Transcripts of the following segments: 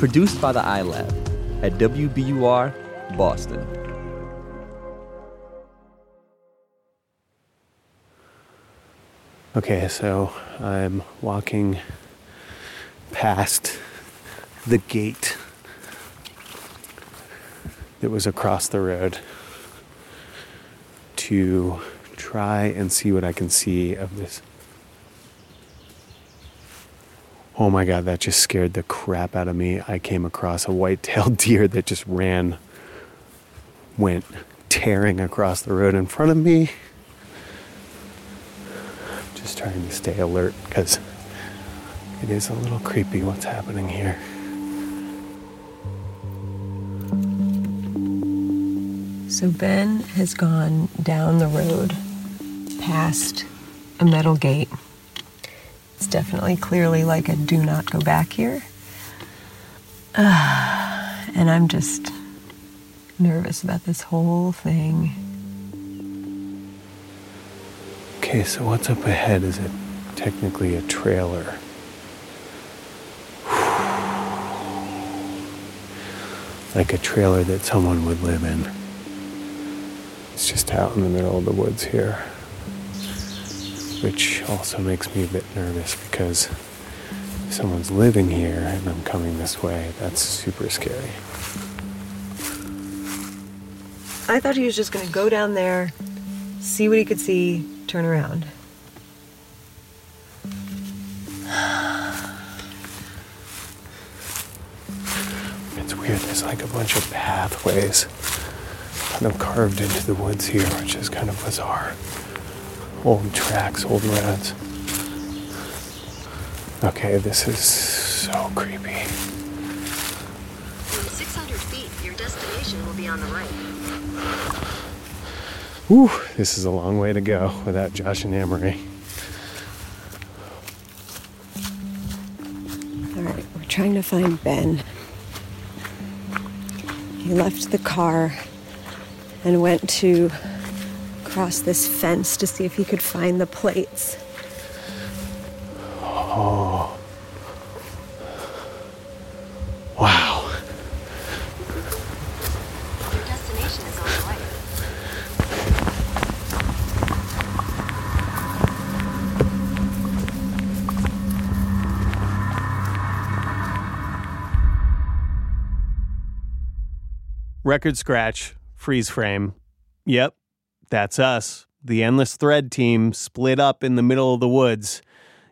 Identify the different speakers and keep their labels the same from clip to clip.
Speaker 1: Produced by the iLab at WBUR Boston.
Speaker 2: Okay, so I'm walking past the gate that was across the road to try and see what I can see of this. Oh my god, that just scared the crap out of me. I came across a white tailed deer that just ran, went tearing across the road in front of me. Just trying to stay alert because it is a little creepy what's happening here.
Speaker 3: So Ben has gone down the road past a metal gate. It's definitely clearly like a do not go back here. Ah, and I'm just nervous about this whole thing.
Speaker 2: Okay, so what's up ahead? Is it technically a trailer? like a trailer that someone would live in. It's just out in the middle of the woods here, which also makes me a bit nervous because if someone's living here and I'm coming this way, that's super scary.
Speaker 3: I thought he was just gonna go down there, see what he could see, turn around.
Speaker 2: It's weird, there's like a bunch of pathways kind of carved into the woods here, which is kind of bizarre. Old tracks, old roads. Okay, this is so creepy.
Speaker 4: From 600 feet, your destination will be on the right.
Speaker 2: Whew, this is a long way to go without Josh and Amory.
Speaker 3: All right, we're trying to find Ben. He left the car and went to cross this fence to see if he could find the plates.
Speaker 2: Wow.
Speaker 4: Your destination is on the right.
Speaker 2: Record scratch, freeze frame. Yep, that's us. The Endless Thread team split up in the middle of the woods.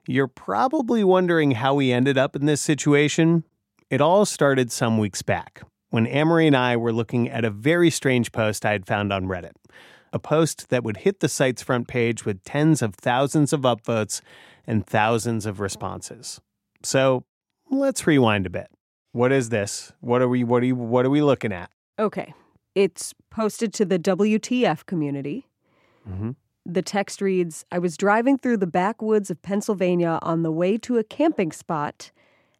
Speaker 2: You're probably wondering how we ended up in this situation. It all started some weeks back when Amory and I were looking at a very strange post I had found on Reddit. A post that would hit the site's front page with tens of thousands of upvotes and thousands of responses. So let's rewind a bit. What is this? What are we what are you, what are we looking at?
Speaker 5: Okay. It's posted to the WTF community.
Speaker 2: Mhm.
Speaker 5: The text reads I was driving through the backwoods of Pennsylvania on the way to a camping spot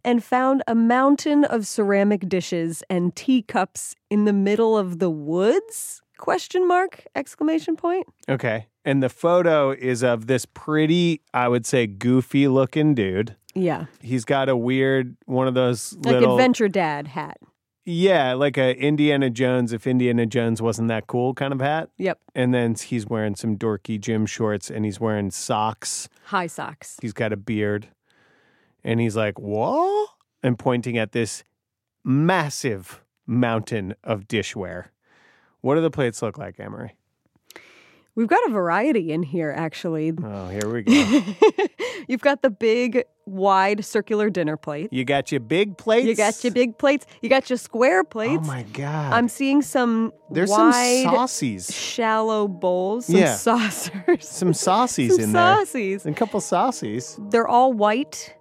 Speaker 5: and found a mountain of ceramic dishes and teacups in the middle of the woods? Question mark, exclamation point.
Speaker 2: Okay. And the photo is of this pretty, I would say, goofy looking dude.
Speaker 5: Yeah.
Speaker 2: He's got a weird one of those
Speaker 5: Like
Speaker 2: little
Speaker 5: adventure dad hat.
Speaker 2: Yeah, like a Indiana Jones if Indiana Jones wasn't that cool kind of hat.
Speaker 5: Yep.
Speaker 2: And then he's wearing some dorky gym shorts and he's wearing socks.
Speaker 5: High socks.
Speaker 2: He's got a beard. And he's like, "What?" and pointing at this massive mountain of dishware. What do the plates look like, Emery?
Speaker 5: We've got a variety in here, actually.
Speaker 2: Oh, here we go.
Speaker 5: You've got the big, wide, circular dinner plate.
Speaker 2: you got your big plates.
Speaker 5: You got your big plates. You got your square plates.
Speaker 2: Oh my god!
Speaker 5: I'm seeing some
Speaker 2: There's
Speaker 5: wide,
Speaker 2: some saucies,
Speaker 5: shallow bowls, some
Speaker 2: Yeah.
Speaker 5: saucers,
Speaker 2: some saucies
Speaker 5: some
Speaker 2: in
Speaker 5: saucies.
Speaker 2: there, a couple saucies.
Speaker 5: They're all white.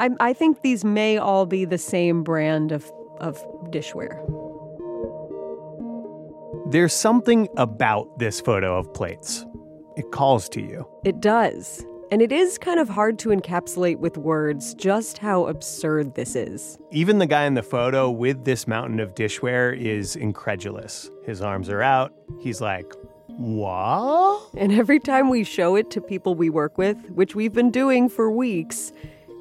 Speaker 5: I, I think these may all be the same brand of of dishware.
Speaker 2: There's something about this photo of plates. It calls to you.
Speaker 5: It does, and it is kind of hard to encapsulate with words just how absurd this is.
Speaker 2: Even the guy in the photo with this mountain of dishware is incredulous. His arms are out. He's like, "What?"
Speaker 5: And every time we show it to people we work with, which we've been doing for weeks,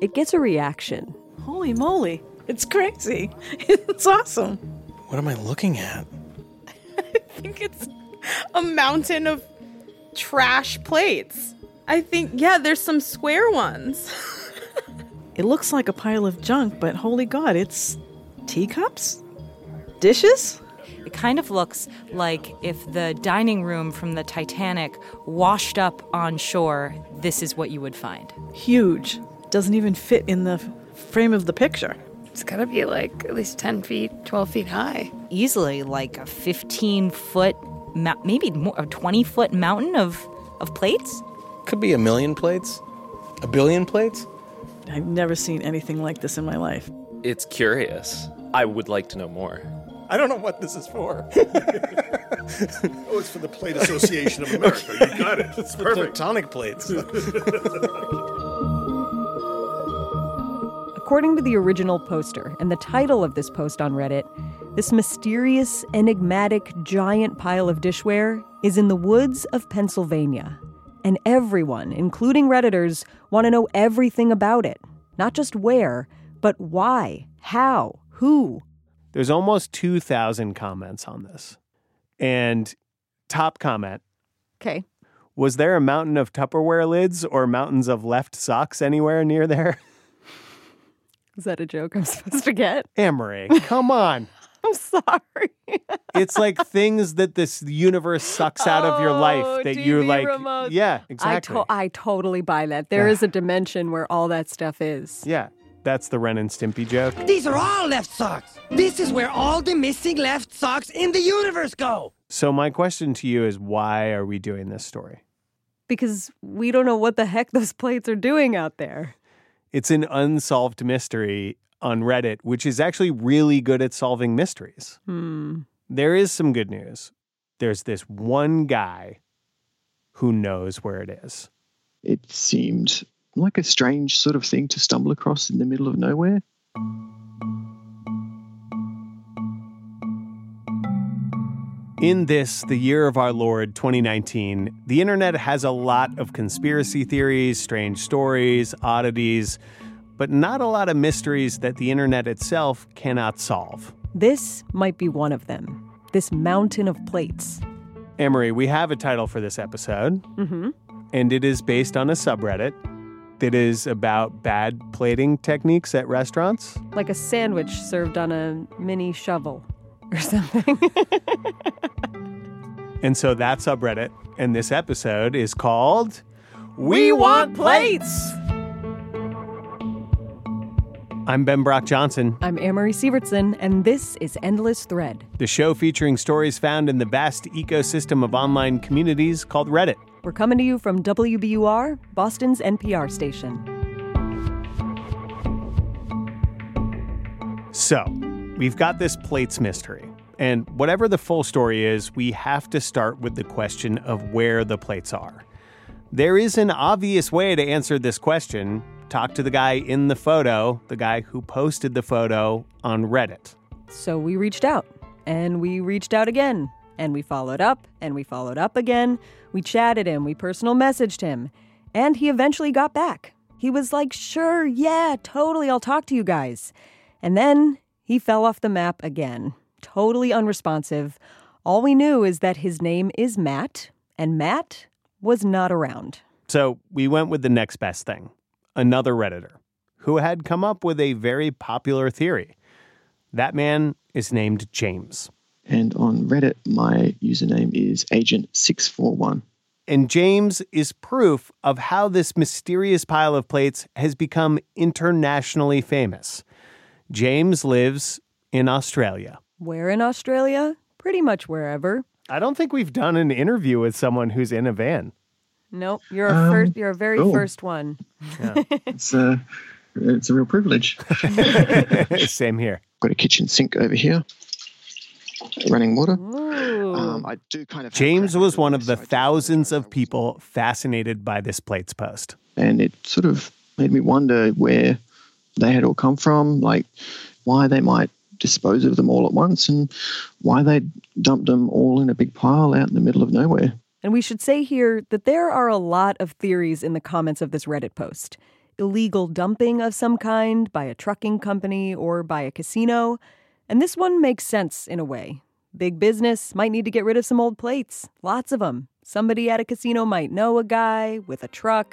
Speaker 5: it gets a reaction.
Speaker 6: Holy moly.
Speaker 1: It's crazy. It's awesome.
Speaker 7: What am I looking at?
Speaker 1: I think it's a mountain of trash plates. I think, yeah, there's some square ones.
Speaker 8: It looks like a pile of junk, but holy God, it's teacups? Dishes?
Speaker 9: It kind of looks like if the dining room from the Titanic washed up on shore, this is what you would find.
Speaker 8: Huge. Doesn't even fit in the f- frame of the picture.
Speaker 10: It's got to be like at least 10 feet, 12 feet high.
Speaker 9: Easily like a 15 foot, ma- maybe more, a 20 foot mountain of, of plates.
Speaker 7: Could be a million plates, a billion plates.
Speaker 8: I've never seen anything like this in my life.
Speaker 11: It's curious. I would like to know more.
Speaker 7: I don't know what this is for.
Speaker 12: Oh, it's for the Plate Association of America. You got it. It's perfect.
Speaker 7: Tectonic plates.
Speaker 13: According to the original poster and the title of this post on Reddit, this mysterious, enigmatic, giant pile of dishware is in the woods of Pennsylvania. And everyone, including Redditors, want to know everything about it. Not just where, but why, how, who.
Speaker 2: There's almost 2,000 comments on this. And top comment
Speaker 13: Okay.
Speaker 2: Was there a mountain of Tupperware lids or mountains of left socks anywhere near there?
Speaker 13: Is that a joke I'm supposed to get?
Speaker 2: Emery, come on.
Speaker 13: I'm sorry.
Speaker 2: It's like things that this universe sucks out of your
Speaker 13: Oh,
Speaker 2: life that you
Speaker 13: TV
Speaker 2: like.
Speaker 13: remotes.
Speaker 2: Yeah, exactly.
Speaker 13: I, to- I totally buy that. There is a dimension where all that stuff is.
Speaker 2: yeah, that's the Ren and Stimpy joke.
Speaker 14: These are all left socks. This is where all the missing left socks in the universe go.
Speaker 2: So, my question to you is why are we doing this story?
Speaker 13: Because we don't know what the heck those plates are doing out there.
Speaker 2: It's an unsolved mystery on Reddit, which is actually really good at solving mysteries.
Speaker 13: Hmm.
Speaker 2: There is some good news. There's this one guy who knows where it is.
Speaker 5: It seemed like a strange sort of thing to stumble across in the middle of nowhere.
Speaker 2: In this, the year of our Lord 2019, the internet has a lot of conspiracy theories, strange stories, oddities, but not a lot of mysteries that the internet itself cannot solve.
Speaker 13: This might be one of them. This mountain of plates.
Speaker 2: Emery, we have a title for this episode,
Speaker 13: Mm-hmm.
Speaker 2: and it is based on a subreddit that is about bad plating techniques at restaurants.
Speaker 13: Like a sandwich served on a mini shovel or something.
Speaker 2: And so that subreddit and this episode is called We Want Plates! I'm Ben Brock Johnson.
Speaker 13: I'm Amory Sievertson, and this is Endless Thread.
Speaker 2: the show featuring stories found in the vast ecosystem of online communities called Reddit.
Speaker 13: We're coming to you from WBUR, Boston's NPR station.
Speaker 2: So, we've got this plates mystery. And whatever the full story is, we have to start with the question of where the plates are. There is an obvious way to answer this question. Talk to the guy in the photo, the guy who posted the photo on Reddit.
Speaker 13: So we reached out, and we reached out again, and we followed up, and we followed up again. We chatted him, we personal messaged him, and he eventually got back. He was like, Sure, yeah, totally, I'll talk to you guys. And then he fell off the map again, totally unresponsive. All we knew is that his name is Matt, and Matt was not around.
Speaker 2: So we went with the next best thing another Redditor who had come up with a very popular theory. That man is named James.
Speaker 5: And on Reddit, my username is Agent641.
Speaker 2: And James is proof of how this mysterious pile of plates has become internationally famous. James lives in Australia.
Speaker 13: Where in Australia? Pretty much wherever.
Speaker 2: I don't think we've done an interview with someone who's in a van.
Speaker 13: Nope, you're a
Speaker 5: Um,
Speaker 13: first. You're a very
Speaker 5: cool.
Speaker 13: first one.
Speaker 5: It's a, it's a real privilege.
Speaker 2: Same here.
Speaker 5: Got a kitchen sink over here, running water.
Speaker 13: Ooh.
Speaker 5: Um, I do kind of. have
Speaker 2: James
Speaker 5: crack
Speaker 2: was one
Speaker 5: at
Speaker 2: of the
Speaker 5: this, so I do
Speaker 2: thousands
Speaker 5: apologize.
Speaker 2: of people fascinated by this plates post.
Speaker 5: and it sort of made me wonder where they had all come from, like why they might dispose of them all at once and why they dumped them all in a big pile out in the middle of nowhere.
Speaker 13: and we should say here that there are a lot of theories in the comments of this Reddit post. illegal dumping of some kind by a trucking company or by a casino. And this one makes sense in a way. Big business might need to get rid of some old plates, lots of them. Somebody at a casino might know a guy with a truck.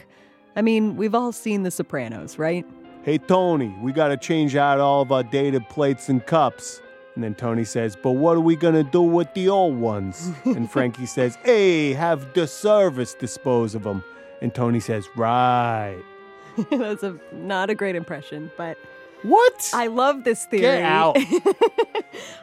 Speaker 13: I mean, we've all seen The Sopranos, right?
Speaker 2: Hey, Tony, we got to change out all of our dated plates and cups. And then Tony says, But what are we going to do with the old ones? and Frankie says, Hey, have the service dispose of them. And Tony says, Right.
Speaker 13: That's a, not a great impression, but.
Speaker 2: What?
Speaker 13: I love this theory.
Speaker 2: Get out.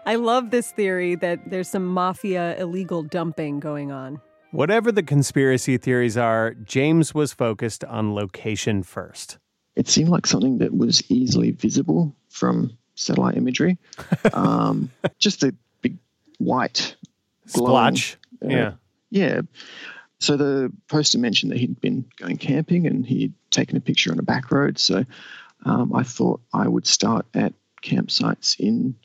Speaker 13: I love this theory that there's some mafia illegal dumping going on.
Speaker 2: Whatever the conspiracy theories are, James was focused on location first.
Speaker 8: It seemed like something that was easily visible from satellite imagery. um, just a big white glowing,
Speaker 2: Splotch.
Speaker 8: uh,
Speaker 2: yeah.
Speaker 8: Yeah. So the poster mentioned that he'd been going camping and he'd taken a picture on a back road. So um, I thought I would start at campsites in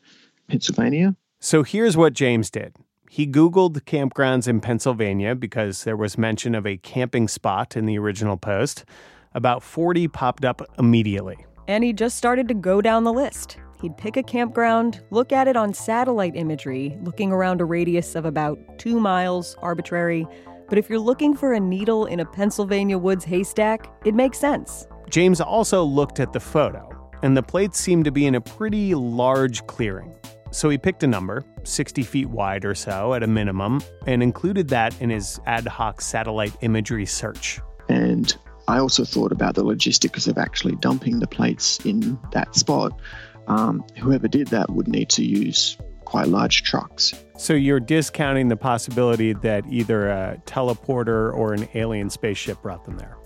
Speaker 8: Pennsylvania.
Speaker 2: So here's what James did. He Googled campgrounds in Pennsylvania because there was mention of a camping spot in the original post. About 40 popped up immediately.
Speaker 13: And he just started to go down the list. He'd pick a campground, look at it on satellite imagery, looking around a radius of about two miles, arbitrary. But if you're looking for a needle in a Pennsylvania woods haystack, it makes sense.
Speaker 2: James also looked at the photo, and the plates seemed to be in a pretty large clearing. So he picked a number, 60 feet wide or so at a minimum, and included that in his ad hoc satellite imagery search.
Speaker 8: And I also thought about the logistics of actually dumping the plates in that spot. Um, whoever did that would need to use quite large trucks.
Speaker 2: So you're discounting the possibility that either a teleporter or an alien spaceship brought them there.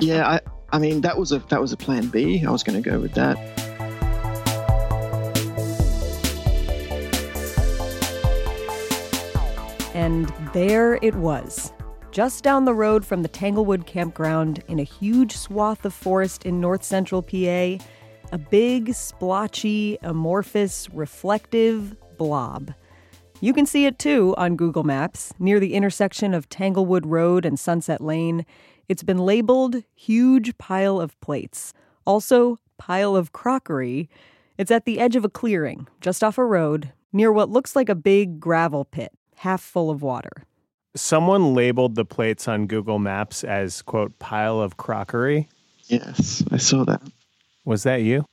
Speaker 8: yeah, I, I mean that was a that was a plan B. I was going to go with that.
Speaker 13: And there it was. Just down the road from the Tanglewood campground, in a huge swath of forest in north central PA, a big, splotchy, amorphous, reflective blob. You can see it too on Google Maps, near the intersection of Tanglewood Road and Sunset Lane. It's been labeled Huge Pile of Plates, also Pile of Crockery. It's at the edge of a clearing, just off a road, near what looks like a big gravel pit, half full of water.
Speaker 2: Someone labeled the plates on Google Maps as quote pile of crockery.
Speaker 8: Yes, I saw that.
Speaker 2: Was that you?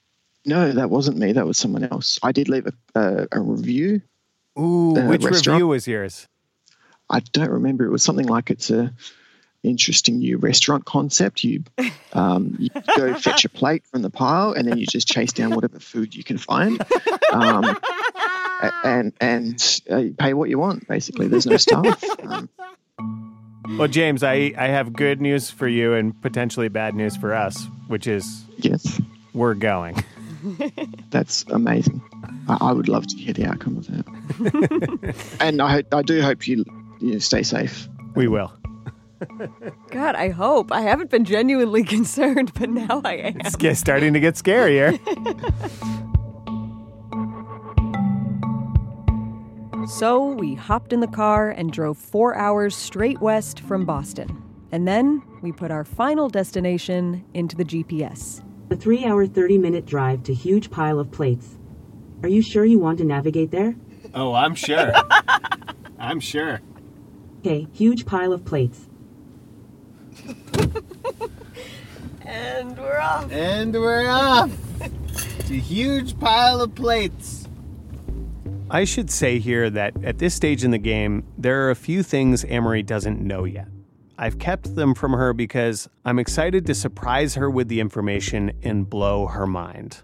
Speaker 8: No, that wasn't me. That was someone else. I did leave a, uh, a review.
Speaker 2: Ooh,
Speaker 8: Uh,
Speaker 2: which
Speaker 8: restaurant?
Speaker 2: review was yours?
Speaker 8: I don't remember. It was something like it's a interesting new restaurant concept. You, um, you go fetch a plate from the pile, and then you just chase down whatever food you can find, um, a- and and uh, you pay what you want. Basically, there's no staff. Um,
Speaker 2: Well, James, I, I have good news for you and potentially bad news for us, which is
Speaker 8: yes,
Speaker 2: we're going.
Speaker 8: that's amazing. I, I would love to hear the outcome of that. and I hope I do hope you you stay safe.
Speaker 2: We will.
Speaker 13: God, I hope. I haven't been genuinely concerned, but now I am.
Speaker 2: It's get, starting to get scarier.
Speaker 13: So we hopped in the car and drove four hours straight west from Boston. And then we put our final destination into the GPS.
Speaker 15: A three hour, 30 minute drive to huge pile of plates. Are you sure you want to navigate there?
Speaker 2: oh, I'm sure. I'm sure.
Speaker 15: Okay, huge pile of plates.
Speaker 13: And we're off.
Speaker 16: And we're off. it's a huge pile of plates.
Speaker 2: I should say here that at this stage in the game, there are a few things Amory doesn't know yet. I've kept them from her because I'm excited to surprise her with the information and blow her mind.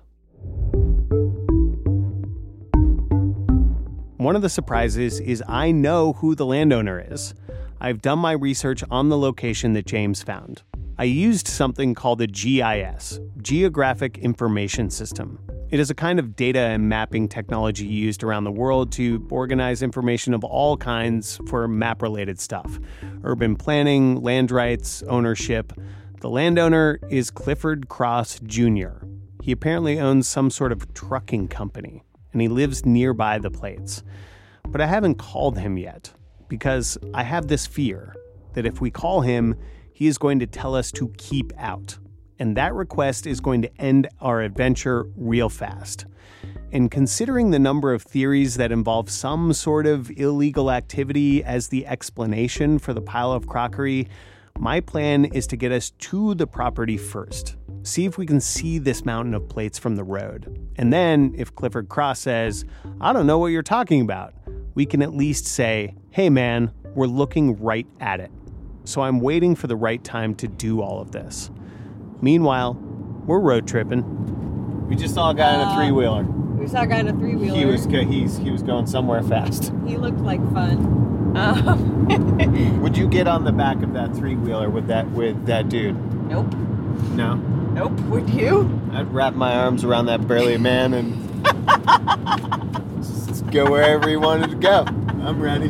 Speaker 2: One of the surprises is I know who the landowner is. I've done my research on the location that James found. I used something called a GIS, Geographic Information System. It is a kind of data and mapping technology used around the world to organize information of all kinds for map related stuff urban planning, land rights, ownership. The landowner is Clifford Cross Jr. He apparently owns some sort of trucking company, and he lives nearby the plates. But I haven't called him yet because I have this fear that if we call him, he is going to tell us to keep out. and that request is going to end our adventure real fast. And considering the number of theories that involve some sort of illegal activity as the explanation for the pile of crockery, my plan is to get us to the property first. See if we can see this mountain of plates from the road. And then, if Clifford Cross says, I don't know what you're talking about, we can at least say, hey man, we're looking right at it. So I'm waiting for the right time to do all of this. Meanwhile, we're road tripping. We just saw a guy on a three wheeler.
Speaker 5: We saw a guy on a three wheeler.
Speaker 2: He was go- he's he was going somewhere fast.
Speaker 5: He looked like fun. Um,
Speaker 9: Would you get on the back of that three wheeler with that with that dude?
Speaker 5: Nope.
Speaker 9: No.
Speaker 5: Nope. Would you?
Speaker 9: I'd wrap my arms around that burly man and just go wherever he wanted to go. I'm ready.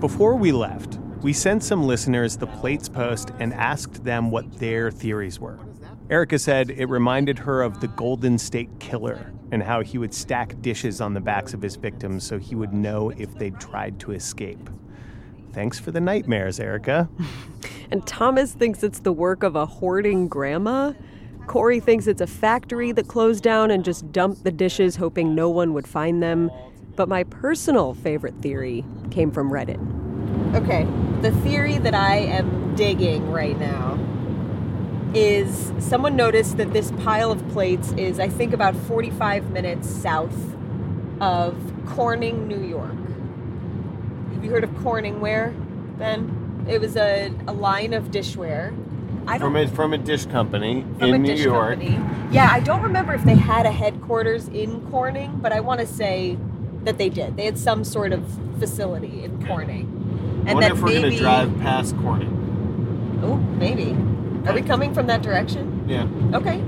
Speaker 2: Before we left, we sent some listeners the plates post and asked them what their theories were. Erica said it reminded her of the Golden State Killer and how he would stack dishes on the backs of his victims so he would know if they'd tried to escape. Thanks for the nightmares, Erica.
Speaker 5: And Thomas thinks it's the work of a hoarding grandma. Corey thinks it's a factory that closed down and just dumped the dishes, hoping no one would find them. But my personal favorite theory came from Reddit.
Speaker 13: Okay, the theory that I am digging right now is someone noticed that this pile of plates is, I think, about 45 minutes south of Corning, New York. Have you heard of Corning ware, Ben? It was a, a line of dishware. I don't
Speaker 9: From a from a dish company
Speaker 13: from
Speaker 9: in
Speaker 13: a
Speaker 9: New
Speaker 13: dish
Speaker 9: York.
Speaker 13: company. Yeah, I don't remember if they had a headquarters in Corning, but I want to say that they did. They had some sort of facility in Corning. And
Speaker 9: Wonder
Speaker 13: that
Speaker 9: if we're
Speaker 13: maybe,
Speaker 9: gonna drive past Corning.
Speaker 13: Oh, maybe. Are we coming from that direction?
Speaker 9: Yeah.
Speaker 13: Okay.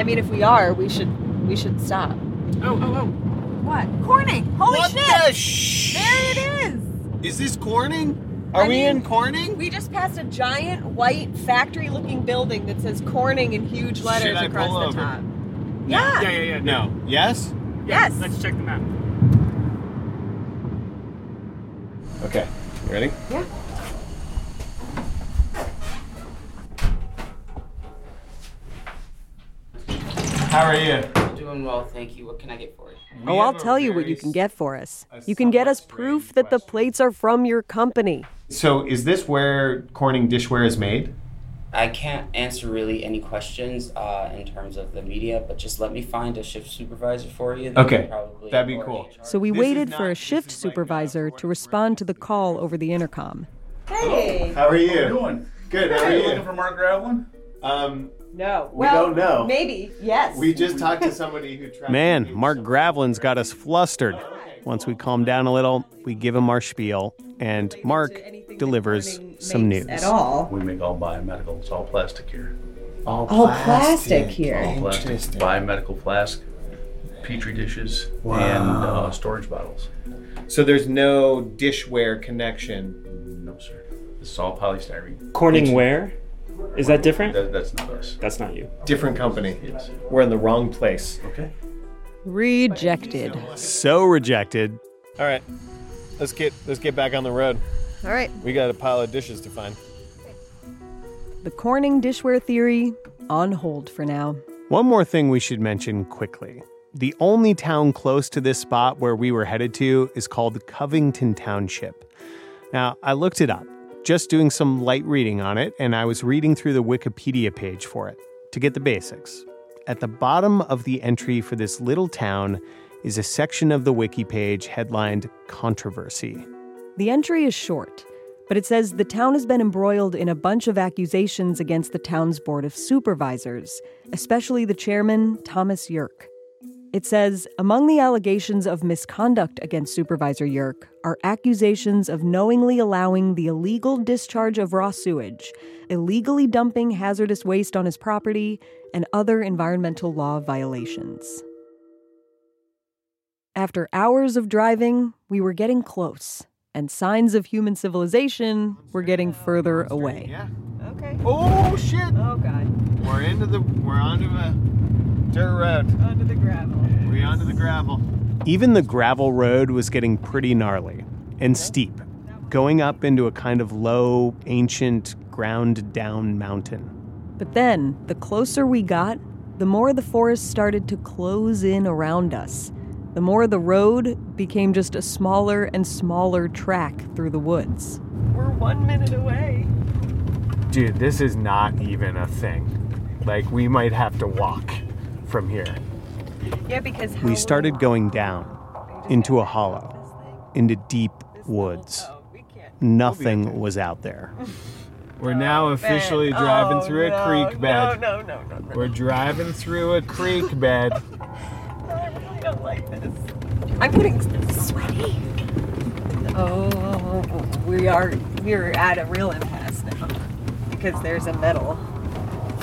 Speaker 13: I mean, if we are, we should we should stop.
Speaker 9: Oh, oh, oh.
Speaker 13: What? Corning! Holy
Speaker 9: What
Speaker 13: shit!
Speaker 9: the sh-
Speaker 13: there it is!
Speaker 9: Is this Corning? Are
Speaker 13: I
Speaker 9: we
Speaker 13: mean,
Speaker 9: in Corning?
Speaker 13: We just passed a giant white factory-looking building that says Corning in huge letters
Speaker 9: Should I
Speaker 13: across
Speaker 9: pull
Speaker 13: the
Speaker 9: over?
Speaker 13: top.
Speaker 9: No.
Speaker 13: Yeah.
Speaker 17: Yeah, yeah, yeah.
Speaker 9: No. Yes?
Speaker 13: Yes.
Speaker 17: Let's check them out.
Speaker 9: Okay. You ready?
Speaker 13: Yeah.
Speaker 9: How are you?
Speaker 18: Doing well, thank you. What can I get for you?
Speaker 5: oh, I'll tell you what you can get for us. You can get us proof that the plates are from your company.
Speaker 9: So is this where Corning dishware is made?
Speaker 18: I can't answer really any questions uh, in terms of the media, but just let me find a shift supervisor for you. They
Speaker 9: Okay.
Speaker 18: can Probably
Speaker 9: That'd be cool.
Speaker 5: So we waited for a shift supervisor to respond to the call over the intercom.
Speaker 13: Hey.
Speaker 9: How are you? Good. How are
Speaker 17: Hey.
Speaker 9: you?
Speaker 17: Looking for Mark Gravelin?
Speaker 9: Um,
Speaker 13: no.
Speaker 9: We don't know.
Speaker 13: Oh, Maybe. Yes.
Speaker 9: We just talked to somebody who tried.
Speaker 2: Man, Mark Gravelin's got us flustered. Once we calm down a little, we give him our spiel, and Mark delivers some news.
Speaker 13: at all.
Speaker 17: We make all biomedical. It's all plastic here.
Speaker 13: All All plastic. plastic here.
Speaker 17: All plastic.
Speaker 13: Interesting.
Speaker 17: Biomedical flask, petri dishes,
Speaker 9: Wow.
Speaker 17: and uh, storage bottles.
Speaker 9: So there's no dishware connection.
Speaker 17: No sir. This is all polystyrene.
Speaker 19: Corning ware? Is that different?
Speaker 17: That, that's not us.
Speaker 19: That's not you.
Speaker 9: Different company. We're in the wrong place.
Speaker 17: Okay.
Speaker 5: Rejected.
Speaker 2: So rejected.
Speaker 9: All right. Let's get let's get back on the road.
Speaker 5: All right.
Speaker 9: We got a pile of dishes to find.
Speaker 5: The Corning dishware theory on hold for now.
Speaker 2: One more thing we should mention quickly. The only town close to this spot where we were headed to is called Covington Township. Now, I looked it up, just doing some light reading on it, and I was reading through the Wikipedia page for it to get the basics. At the bottom of the entry for this little town is a section of the wiki page headlined Controversy.
Speaker 5: The entry is short, but it says the town has been embroiled in a bunch of accusations against the town's board of supervisors, especially the chairman, Thomas Yerk. It says among the allegations of misconduct against Supervisor Yerk are accusations of knowingly allowing the illegal discharge of raw sewage, illegally dumping hazardous waste on his property, and other environmental law violations. After hours of driving, we were getting close, and signs of human civilization were getting further away.
Speaker 13: Okay.
Speaker 9: Oh shit.
Speaker 13: Oh god.
Speaker 9: We're into the we're onto a dirt road.
Speaker 13: Onto the gravel.
Speaker 9: We're onto the gravel.
Speaker 2: Even the gravel road was getting pretty gnarly and steep, going up into a kind of low, ancient, ground down mountain.
Speaker 13: But then, the closer we got, the more the forest started to close in around us. The more the road became just a smaller and smaller track through the woods.
Speaker 20: We're one minute away.
Speaker 21: Dude, this is not even a thing. Like, we might have to walk from here.
Speaker 20: Yeah, because
Speaker 2: We started going down into a hollow, into deep woods. Nothing was out there.
Speaker 21: We're now officially
Speaker 2: Ben.
Speaker 21: driving
Speaker 2: Oh,
Speaker 21: through
Speaker 2: no,
Speaker 21: a creek bed.
Speaker 2: no, no, no, no, no.
Speaker 21: We're driving through a creek bed.
Speaker 20: I don't like this. I'm getting sweaty. Oh, we are we're at a real impasse now because there's a metal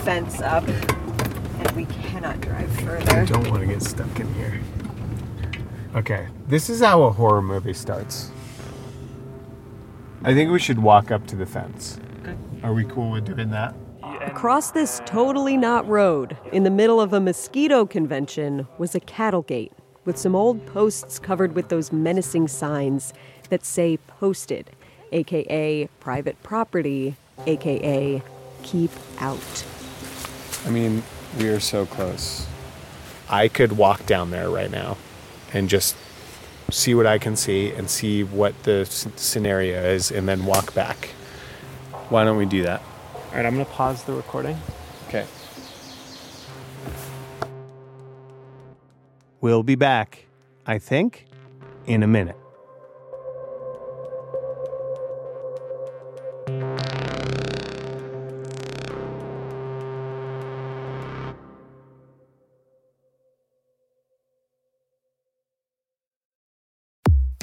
Speaker 20: fence up and we cannot drive
Speaker 21: I
Speaker 20: further.
Speaker 21: don't want to get stuck in here. Okay, this is how a horror movie starts. I think we should walk up to the fence. Are we cool with doing that?
Speaker 13: Across this totally not road, in the middle of a mosquito convention, was a cattle gate with some old posts covered with those menacing signs that say posted, aka private property, aka keep out.
Speaker 21: I mean, we are so close. I could walk down there right now and just see what I can see and see what the s- scenario is and then walk back. Why don't we do that?
Speaker 22: All right, I'm going to pause the recording.
Speaker 21: Okay.
Speaker 2: We'll be back, I think, in a minute.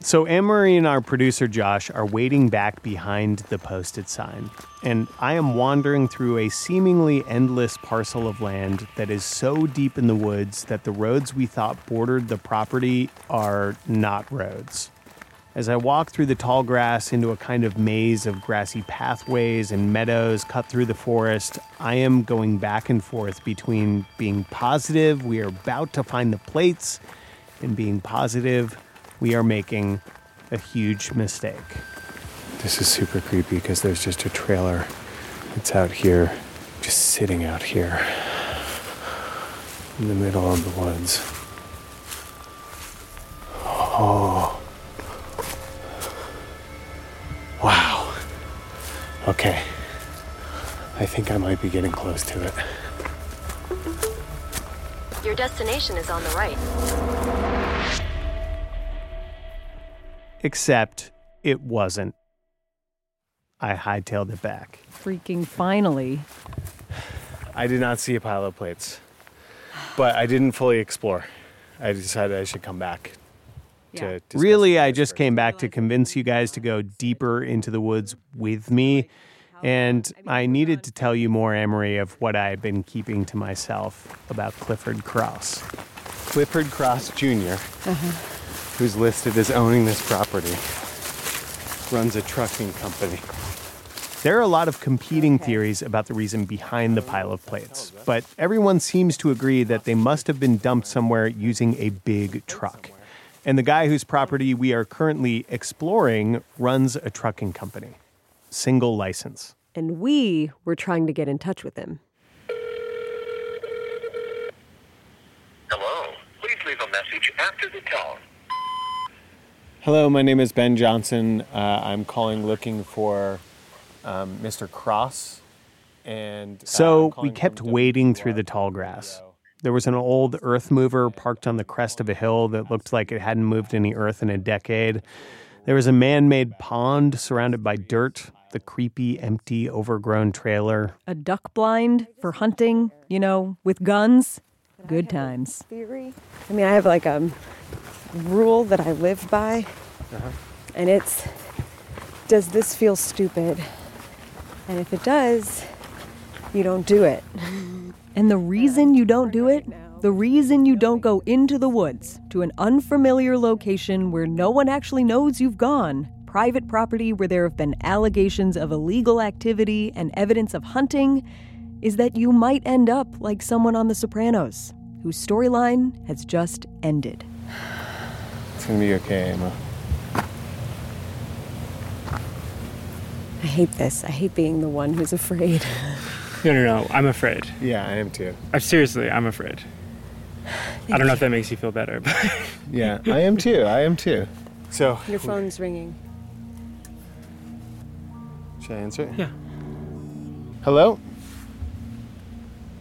Speaker 2: So, Anne-Marie and our producer Josh are waiting back behind the posted sign, and I am wandering through a seemingly endless parcel of land that is so deep in the woods that the roads we thought bordered the property are not roads. As I walk through the tall grass into a kind of maze of grassy pathways and meadows cut through the forest, I am going back and forth between being positive we are about to find the plates and being positive we are making a huge mistake.
Speaker 21: This is super creepy because there's just a trailer. It's out here, just sitting out here in the middle of the woods. Oh. Wow. Okay. I think I might be getting close to it.
Speaker 23: Your destination is on the right.
Speaker 2: Except it wasn't. I hightailed it back.
Speaker 13: Freaking finally.
Speaker 21: I did not see a pile of plates, but I didn't fully explore. I decided I should come back to
Speaker 2: Really, I just came back to convince you guys to go deeper into the woods with me. And I needed to tell you more, Amory, of what I had been keeping to myself about Clifford Cross.
Speaker 21: Clifford Cross Jr.,
Speaker 2: Uh-huh.
Speaker 21: who's listed as owning this property, runs a trucking company.
Speaker 2: There are a lot of competing theories about the reason behind the pile of plates, but everyone seems to agree that they must have been dumped somewhere using a big truck. And the guy whose property we are currently exploring runs a trucking company, single license.
Speaker 13: And we were trying to get in touch with him.
Speaker 24: Hello. Please leave a message after the tone.
Speaker 21: Hello, my name is Ben Johnson. Uh, I'm calling looking for um, Mr. Cross,
Speaker 25: and
Speaker 2: So we kept wading through the tall grass. There was an old earth mover parked on the crest of a hill that looked like it hadn't moved any earth in a decade. There was a man made pond surrounded by dirt, the creepy, empty, overgrown trailer.
Speaker 5: A duck blind for hunting, you know, with guns. Good times.
Speaker 3: Theory. I mean, I have like a rule that I live by,
Speaker 5: Uh-huh.
Speaker 3: and it's does this feel stupid? And if it does, you don't do it.
Speaker 5: And the reason you don't do it, the reason you don't go into the woods to an unfamiliar location where no one actually knows you've gone, private property where there have been allegations of illegal activity and evidence of hunting, is that you might end up like someone on The Sopranos, whose storyline has just ended.
Speaker 25: It's gonna be okay, Emma.
Speaker 3: I hate this. I hate being the one who's afraid.
Speaker 19: No, no, no. I'm afraid.
Speaker 25: Yeah, I am too.
Speaker 19: I, Uh, seriously, I'm afraid. I don't know if that makes you feel better, but
Speaker 25: Yeah, I am too. I am too. So
Speaker 3: Your phone's ringing.
Speaker 25: should I answer it?
Speaker 19: Yeah.
Speaker 25: Hello?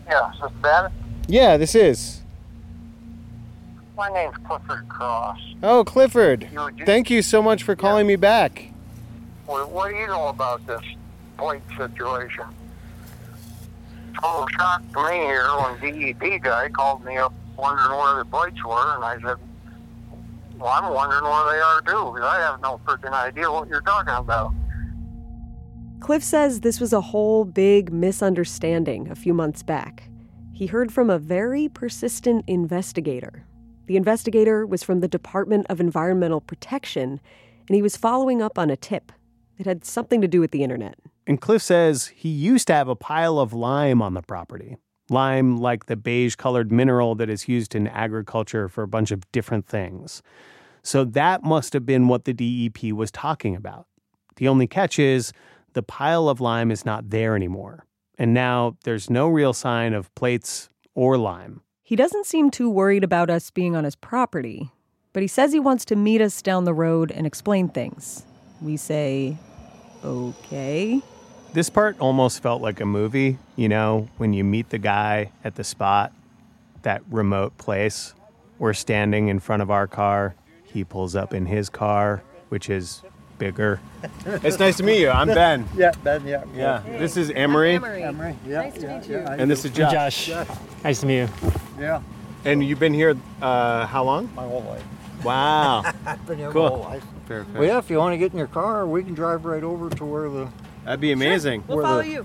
Speaker 1: Yeah, so Ben,
Speaker 25: Yeah, this is.
Speaker 1: my name's Clifford Cross.
Speaker 25: Oh, Clifford.
Speaker 1: You were just-
Speaker 25: Thank you so much for calling me back.
Speaker 1: Well, what do you know about this plate situation? Total shock to me here when DEP guy called me up wondering where the plates were, and I said, well, I'm wondering where they are too, because I have no freaking idea what you're talking about.
Speaker 5: Cliff says this was a whole big misunderstanding a few months back. He heard from a very persistent investigator. The investigator was from the Department of Environmental Protection, and he was following up on a tip. It had something to do with the internet.
Speaker 2: And Cliff says he used to have a pile of lime on the property. Lime, like the beige colored mineral that is used in agriculture for a bunch of different things. So that must have been what the DEP was talking about. The only catch is the pile of lime is not there anymore. And now there's no real sign of plates or lime.
Speaker 5: He doesn't seem too worried about us being on his property, but he says he wants to meet us down the road and explain things. We say, okay.
Speaker 2: This part almost felt like a movie, you know, when you meet the guy at the spot, that remote place. We're standing in front of our car. He pulls up in his car, which is bigger.
Speaker 25: It's nice to meet you. I'm Ben.
Speaker 9: Yeah, Ben, yeah.
Speaker 25: Yeah. This is Emery.
Speaker 9: Emery, yeah. Nice to meet you.
Speaker 25: And this is Josh.
Speaker 19: Nice to meet you.
Speaker 9: Yeah.
Speaker 25: And you've been here uh, how long? My
Speaker 9: whole life.
Speaker 25: Wow.
Speaker 9: Been here my
Speaker 25: cool.
Speaker 9: whole life.
Speaker 25: Fair, fair.
Speaker 9: Well, yeah, if you want to get in your car, we can drive right over to where the.
Speaker 25: That'd be amazing.
Speaker 9: We'll follow
Speaker 1: you.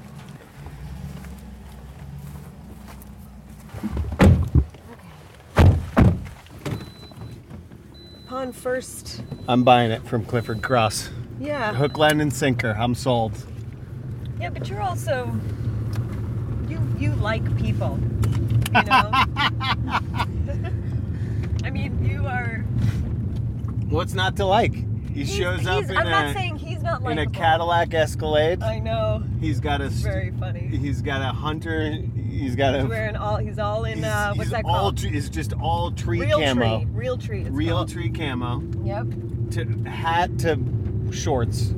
Speaker 13: Upon first,
Speaker 25: I'm buying it from Clifford Cross.
Speaker 13: yeah.
Speaker 25: Hook, line, and sinker. I'm sold.
Speaker 13: Yeah, but you're also you you like people. You know? I mean, you are.
Speaker 25: What's not to like? He shows up
Speaker 13: he's-
Speaker 25: in
Speaker 13: I'm
Speaker 25: a
Speaker 13: not saying he's not
Speaker 25: in
Speaker 13: like
Speaker 25: a Cadillac Escalade.
Speaker 13: I know.
Speaker 25: He's got a
Speaker 13: It's
Speaker 25: st-
Speaker 13: very funny.
Speaker 25: he's got a hunter. He's got
Speaker 13: He's
Speaker 25: a
Speaker 13: wearing all. He's all in. uh, what's
Speaker 25: he's
Speaker 13: that
Speaker 25: all
Speaker 13: called?
Speaker 25: tre- is just all tree
Speaker 13: real
Speaker 25: camo.
Speaker 13: tree. Real tree. It's
Speaker 25: Real
Speaker 13: called.
Speaker 25: tree camo.
Speaker 13: Yep.
Speaker 25: To hat to shorts.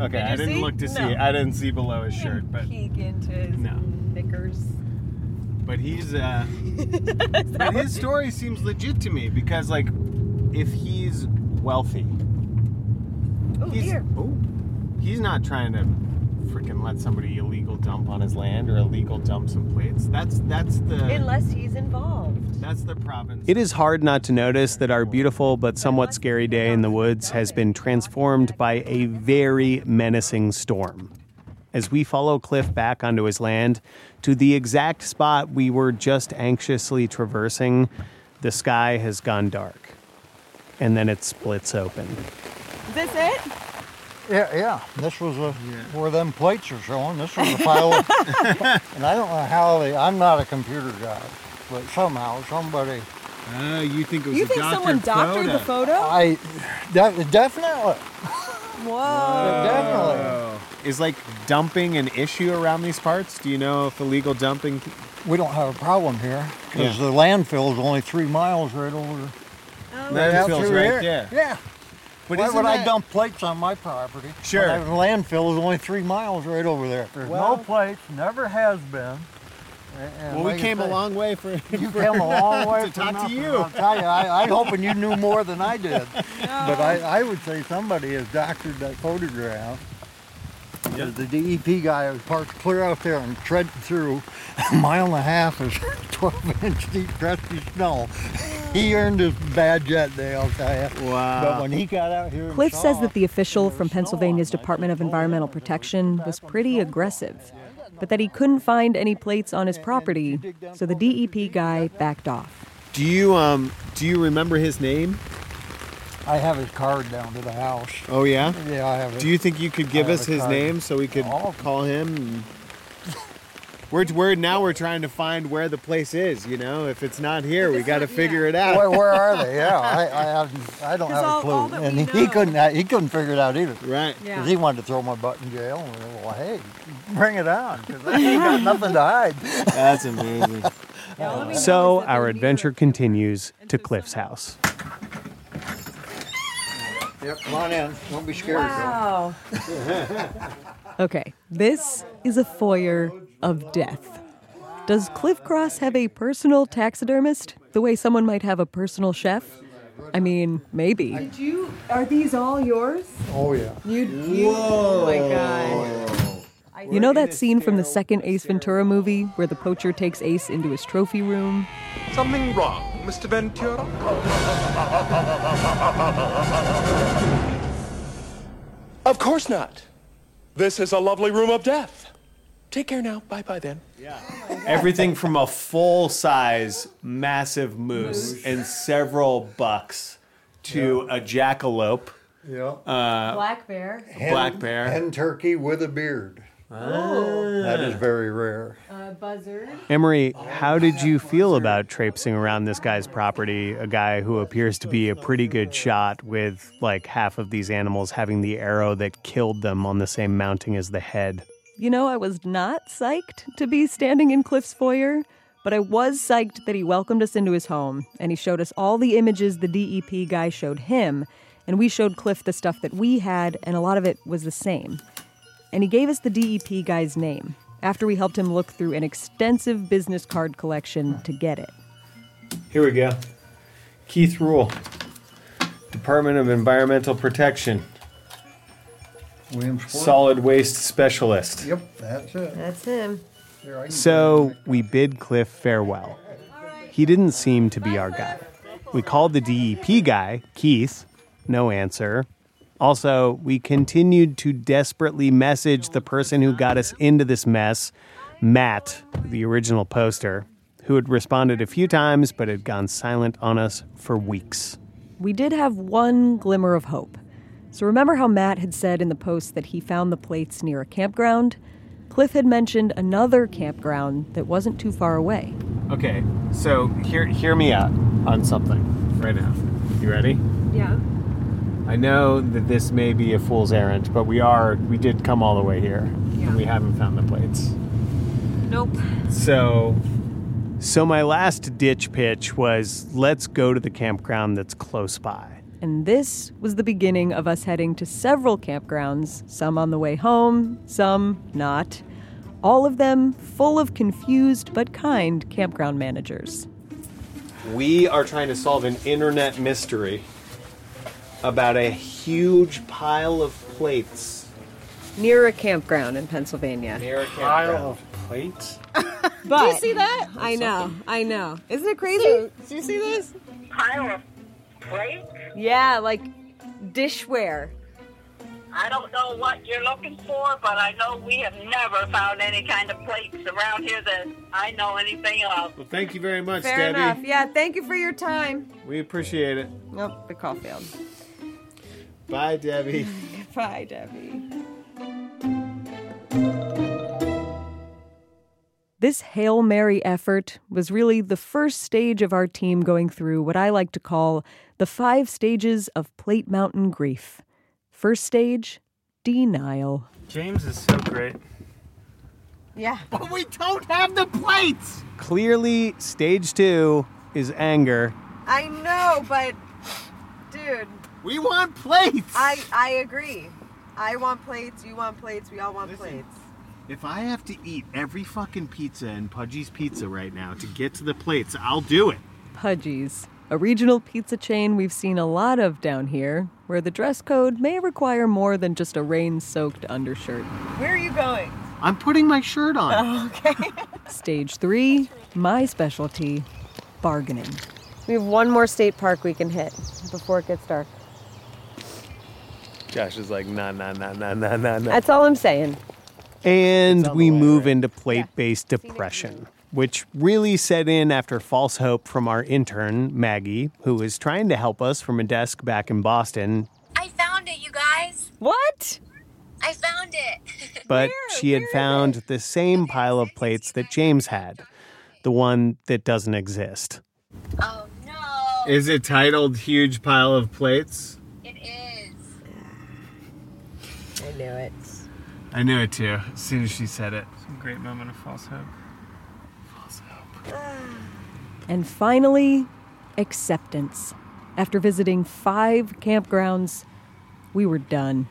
Speaker 25: Okay,
Speaker 13: Did
Speaker 25: I
Speaker 13: you
Speaker 25: didn't
Speaker 13: see?
Speaker 25: look to see.
Speaker 13: No.
Speaker 25: I didn't see below his shirt, but
Speaker 13: Peek into his knickers.
Speaker 25: but he's uh but his story seems legit to me because like if he's wealthy,
Speaker 13: Oh
Speaker 25: he's
Speaker 13: dear.
Speaker 25: oh, he's not trying to freaking let somebody illegal dump on his land or illegal dump some plates. That's that's the
Speaker 13: Unless he's involved.
Speaker 25: that's the province.
Speaker 2: It is hard not to notice that our beautiful but somewhat scary day in the woods has been transformed by a very menacing storm. As we follow Cliff back onto his land to the exact spot we were just anxiously traversing, the sky has gone dark. And then it splits open.
Speaker 13: Is this it?
Speaker 9: Yeah, yeah. This was a, where them plates are showing. This was a pile of. and I don't know how they. I'm not a computer guy, but somehow somebody.
Speaker 25: Oh, you think it
Speaker 13: You think someone doctored the photo?
Speaker 9: I de- definitely.
Speaker 13: Whoa.
Speaker 25: Definitely. Is like dumping an issue around these parts? Do you know if illegal dumping?
Speaker 9: We don't have a problem here because
Speaker 25: Yeah.
Speaker 9: the landfill is only three miles right over.
Speaker 25: Landfill's
Speaker 9: through
Speaker 25: right
Speaker 9: here.
Speaker 25: there.
Speaker 9: Yeah. But Why isn't would I that- dump plates on my property? Sure. When The landfill is only three miles right over there. There's Well- no plates, never has been.
Speaker 25: Well, we came a long
Speaker 9: way for you.
Speaker 25: for-
Speaker 9: Came a long way
Speaker 25: to
Speaker 9: for
Speaker 25: talk to
Speaker 9: nothing.
Speaker 25: you.
Speaker 9: I'll tell you, I, I'm hoping you knew more than I did. But I, I would say somebody has doctored that photograph. The DEP guy was parked clear out there and tread through a mile and a half of 12 inch deep crusty snow. He earned his badge that day, I'll tell you. Wow. But when he got out here, and
Speaker 5: Cliff
Speaker 9: saw
Speaker 5: says that the official from Pennsylvania's Department of Environmental Protection was pretty aggressive, but that he couldn't find any plates on his property, so the DEP guy backed off.
Speaker 25: Do you um do you remember his name?
Speaker 9: I have his card down to the house.
Speaker 25: Oh yeah.
Speaker 9: Yeah, I have it.
Speaker 25: Do you think you could
Speaker 9: I
Speaker 25: give
Speaker 9: have
Speaker 25: us
Speaker 9: a
Speaker 25: his
Speaker 9: card.
Speaker 25: name so we could call him? And... We're, we're now we're trying to find where the place is. You know, if it's not here, we got to figure it out.
Speaker 9: Where, where are they? Yeah, I, I, haven't- I don't
Speaker 25: 'Cause
Speaker 9: have
Speaker 25: all-
Speaker 9: a clue.
Speaker 25: all that
Speaker 9: and
Speaker 25: we
Speaker 9: he, he
Speaker 25: know-
Speaker 9: couldn't he couldn't figure it out either.
Speaker 25: Right.
Speaker 9: Because he wanted to throw my butt in jail. And, well, hey, bring it on. Because I ain't got nothing to hide.
Speaker 25: That's amazing.
Speaker 2: So our adventure continues to Cliff's house.
Speaker 9: Yep, come on in. Don't be scared.
Speaker 5: Wow.
Speaker 9: Bill.
Speaker 5: Okay, this is a foyer of death. Does Cliff Cross have a personal taxidermist the way someone might have a personal chef? I mean, maybe.
Speaker 13: you? Are these all yours?
Speaker 9: oh, yeah.
Speaker 13: You, you Oh my god.
Speaker 5: You know that scene from the second Ace Ventura movie where the poacher takes Ace into his trophy room?
Speaker 6: Something wrong, Mr. Ventura? Of course not. This is a lovely room of death. Take care now. Bye bye then.
Speaker 2: Everything from a full size, massive moose, and several bucks to a jackalope,
Speaker 9: yeah.
Speaker 2: uh,
Speaker 5: Black bear.
Speaker 9: Hen-
Speaker 2: black bear.
Speaker 9: Hen turkey with a beard.
Speaker 5: Oh.
Speaker 9: That is very rare.
Speaker 5: Uh, buzzard.
Speaker 2: Emery, how did you feel about traipsing around this guy's property? A guy who appears to be a pretty good shot, with like half of these animals having the arrow that killed them on the same mounting as the head.
Speaker 5: You know, I was not psyched to be standing in Cliff's foyer, but I was psyched that he welcomed us into his home and he showed us all the images the DEP guy showed him, and we showed Cliff the stuff that we had, and a lot of it was the same. And he gave us the DEP guy's name after we helped him look through an extensive business card collection to get it.
Speaker 25: Here we go. Keith Rule, Department of Environmental Protection,
Speaker 9: Williamsport.
Speaker 25: Solid Waste Specialist.
Speaker 9: Yep, that's it.
Speaker 5: That's him.
Speaker 2: So we bid Cliff farewell. He didn't seem to be our guy. We called the DEP guy, Keith, no answer. Also, we continued to desperately message the person who got us into this mess, Matt, the original poster, who had responded a few times but had gone silent on us for weeks.
Speaker 5: We did have one glimmer of hope. So remember how Matt had said in the post that he found the plates near a campground? Cliff had mentioned another campground that wasn't too far away.
Speaker 25: Okay, so hear hear me out on something right now. You ready?
Speaker 5: Yeah.
Speaker 25: I know that this may be a fool's errand, but we are we did come all the way here. Yeah. We haven't found the plates.
Speaker 5: Nope.
Speaker 25: So
Speaker 2: So my last ditch pitch was let's go to the campground that's close by.
Speaker 5: And this was the beginning of us heading to several campgrounds, some on the way home, some not. All of them full of confused but kind campground managers.
Speaker 25: We are trying to solve an internet mystery about a huge pile of plates.
Speaker 5: Near a campground in Pennsylvania.
Speaker 25: Near a Pile of plates?
Speaker 5: But,
Speaker 13: Do you see that? I know. I know. Isn't it crazy? Do you see this?
Speaker 26: Pile of plates?
Speaker 13: Yeah, like dishware.
Speaker 26: I don't know what you're looking for, but I know we have never found any kind of plates around here that I know anything of.
Speaker 25: Well, thank you very much,
Speaker 13: Fair
Speaker 25: Debbie.
Speaker 13: enough. Yeah, thank you for your time.
Speaker 25: We appreciate it.
Speaker 13: Nope, the call failed.
Speaker 25: Bye, Debbie.
Speaker 13: Bye, Debbie.
Speaker 5: This Hail Mary effort was really the first stage of our team going through what I like to call the five stages of Plate Mountain grief. First stage, denial.
Speaker 19: James is so great.
Speaker 13: Yeah.
Speaker 25: But we don't have the plates!
Speaker 2: Clearly, stage two is anger.
Speaker 13: I know, but dude,
Speaker 27: We want plates.
Speaker 13: I, I agree. I want plates, you want plates, we all want plates.
Speaker 27: If I have to eat every fucking pizza and Pudgy's Pizza right now to get to the plates, I'll do it.
Speaker 5: Pudgy's, a regional pizza chain we've seen a lot of down here, where the dress code may require more than just a rain soaked undershirt.
Speaker 13: Where are you going?
Speaker 27: I'm putting my shirt on.
Speaker 13: okay.
Speaker 5: Stage three, my specialty, bargaining.
Speaker 3: We have one more state park we can hit before it gets dark.
Speaker 2: Josh is like, nah, nah, nah, nah, nah, nah, nah.
Speaker 3: That's all I'm saying.
Speaker 2: And we move into plate based depression, which really set in after false hope from our intern, Maggie, who is trying to help us from a desk back in Boston,
Speaker 28: I found it, you guys.
Speaker 5: What?
Speaker 28: I found it.
Speaker 2: but she had found the same pile of plates that James had, the one that doesn't exist.
Speaker 28: oh no.
Speaker 27: Is it titled Huge Pile of Plates?
Speaker 28: It is.
Speaker 13: I knew it.
Speaker 27: I knew it too, as soon as she said it.
Speaker 19: Some great moment of false hope.
Speaker 27: False hope.
Speaker 5: And finally, acceptance. After visiting five campgrounds, we were done.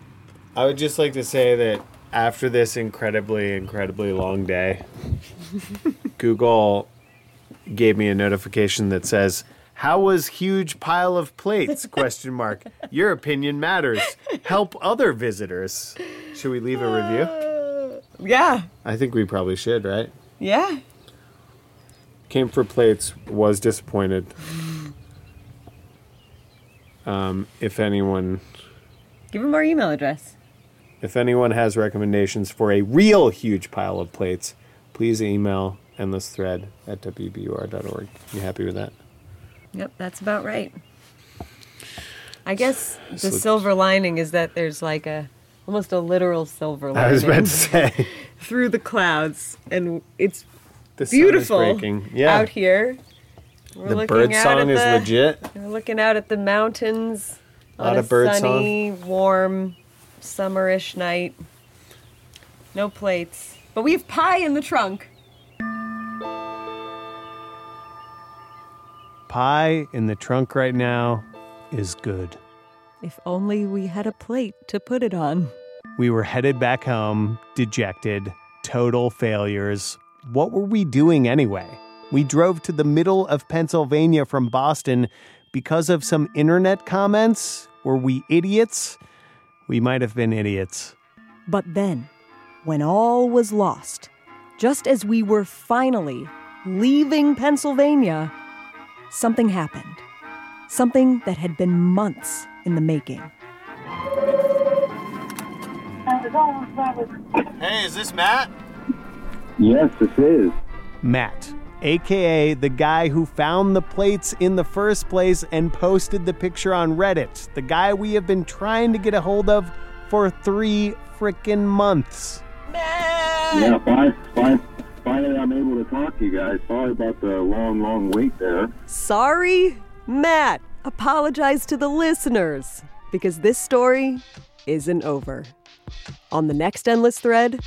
Speaker 25: I would just like to say that after this incredibly, incredibly long day, Google gave me a notification that says, "How was huge pile of plates?" question mark. Your opinion matters. Help other visitors. Should we leave a review?
Speaker 13: Yeah.
Speaker 25: I think we probably should, right?
Speaker 13: Yeah.
Speaker 25: Came for plates, was disappointed. Um, if anyone
Speaker 3: Give him our email address.
Speaker 25: If anyone has recommendations for a real huge pile of plates, please email endlessthread at wbur.org. You happy with that?
Speaker 3: Yep, that's about right. I guess the silver lining is that there's like a almost a literal silver lining.
Speaker 25: I was about to say
Speaker 3: through the clouds, and it's
Speaker 25: the sun is
Speaker 3: beautiful
Speaker 25: breaking. Yeah.
Speaker 3: out here. We're
Speaker 25: the
Speaker 3: looking
Speaker 25: bird
Speaker 3: out
Speaker 25: song
Speaker 3: at
Speaker 25: is
Speaker 3: the-
Speaker 25: legit.
Speaker 3: We're looking out at the mountains on
Speaker 25: Lot
Speaker 3: a
Speaker 25: of bird
Speaker 3: sunny, warm, summerish night. No plates, but we have pie in the trunk.
Speaker 2: Pie in the trunk right now is good.
Speaker 5: If only we had a plate to put it on.
Speaker 2: We were headed back home, dejected, total failures. What were we doing anyway? We drove to the middle of Pennsylvania from Boston because of some internet comments. Were we idiots? We might have been idiots.
Speaker 5: But then, when all was lost, just as we were finally leaving Pennsylvania, something happened. Something that had been months in the making.
Speaker 27: Hey, is this Matt?
Speaker 29: Yes, this is.
Speaker 2: Matt, aka the guy who found the plates in the first place and posted the picture on Reddit, the guy we have been trying to get a hold of for three freaking months.
Speaker 29: Yeah, fi- fi- finally I'm able to talk to you guys. Sorry about the long, long wait there.
Speaker 5: Sorry, Matt. Apologize to the listeners because this story isn't over. On the next Endless Thread,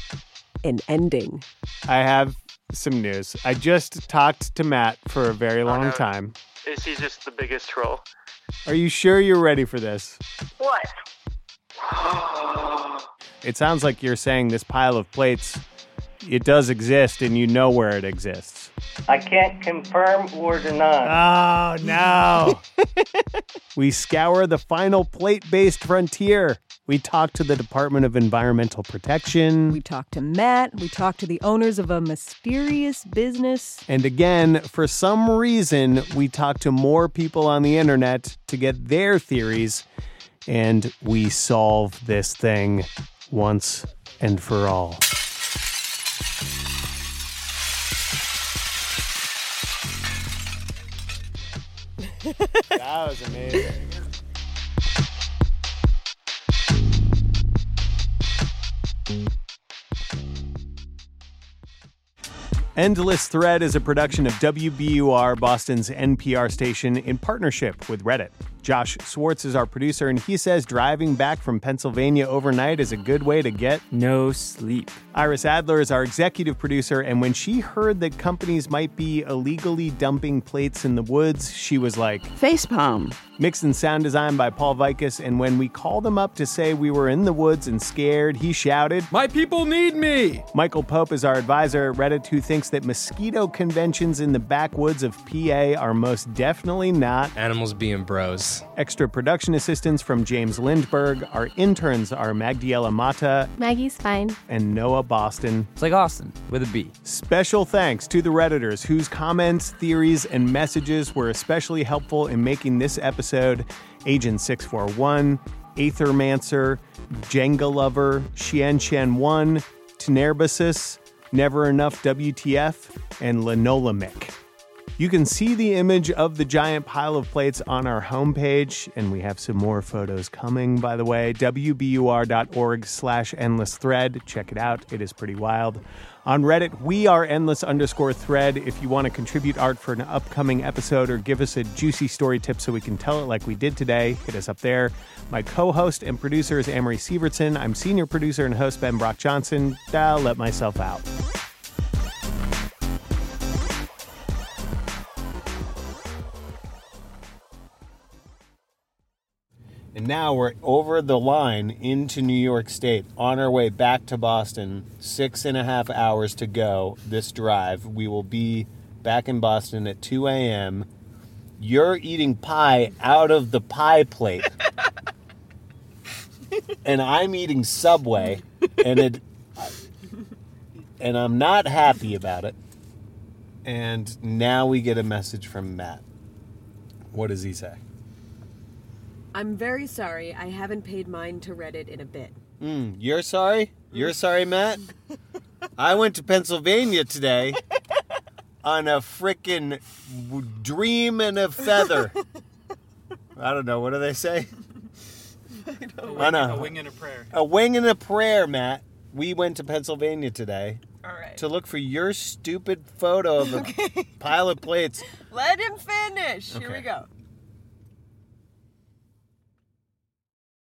Speaker 5: an ending.
Speaker 2: I have some news. I just talked to Matt for a very long time.
Speaker 30: Is he just the biggest troll?
Speaker 2: Are you sure you're ready for this?
Speaker 30: What?
Speaker 2: It sounds like you're saying this pile of plates, it does exist and you know where it exists.
Speaker 31: I can't confirm or
Speaker 2: deny. Oh, no. we scour the final plate based frontier. We talk to the Department of Environmental Protection.
Speaker 5: We talk to Matt, we talk to the owners of a mysterious business.
Speaker 2: And again, for some reason, we talk to more people on the internet to get their theories, and we solve this thing once and for all.
Speaker 25: That was amazing.
Speaker 2: Endless Thread is a production of WBUR, Boston's NPR station, in partnership with Reddit. Josh Swartz is our producer, and he says driving back from Pennsylvania overnight is a good way to get
Speaker 7: no sleep.
Speaker 2: Iris Adler is our executive producer, and when she heard that companies might be illegally dumping plates in the woods, she was like,
Speaker 32: Facepalm.
Speaker 2: Mix and sound design by Paul Vikas, and when we called him up to say we were in the woods and scared, he shouted,
Speaker 7: My people need me!
Speaker 2: Michael Pope is our advisor at Reddit who thinks that mosquito conventions in the backwoods of PA are most definitely not
Speaker 8: animals being bros.
Speaker 2: Extra production assistance from James Lindberg. Our interns are Magdiela Mata.
Speaker 33: Maggie's fine.
Speaker 2: And Noah Boston.
Speaker 7: It's like Austin with a B.
Speaker 2: Special thanks to the Redditors whose comments, theories, and messages were especially helpful in making this episode. Agent 641, Aethermancer, Jenga Lover, Xian Chen 1, Tenerbasis, Never Enough WTF, and Linolamic. You can see the image of the giant pile of plates on our homepage, and we have some more photos coming, by the way. WBUR.org slash endless thread. Check it out, it is pretty wild. On Reddit, we are endless underscore thread. If you want to contribute art for an upcoming episode or give us a juicy story tip so we can tell it like we did today, hit us up there. My co host and producer is Amory Sievertson. I'm senior producer and host Ben Brock Johnson. I'll let myself out. And now we're over the line into New York State on our way back to Boston. Six and a half hours to go this drive. We will be back in Boston at 2 a.m. You're eating pie out of the pie plate. and I'm eating Subway. And it. And I'm not happy about it. And now we get a message from Matt. What does he say?
Speaker 13: I'm very sorry. I haven't paid mine to Reddit in a bit.
Speaker 2: Mm, you're sorry? You're sorry, Matt? I went to Pennsylvania today on a frickin' dream and a feather. I don't know. What do they say?
Speaker 7: A wing, a wing and a prayer.
Speaker 2: A wing and a prayer, Matt. We went to Pennsylvania today.
Speaker 13: Right.
Speaker 2: To look for your stupid photo of a okay. pile of plates.
Speaker 13: Let him finish. Okay. Here we go.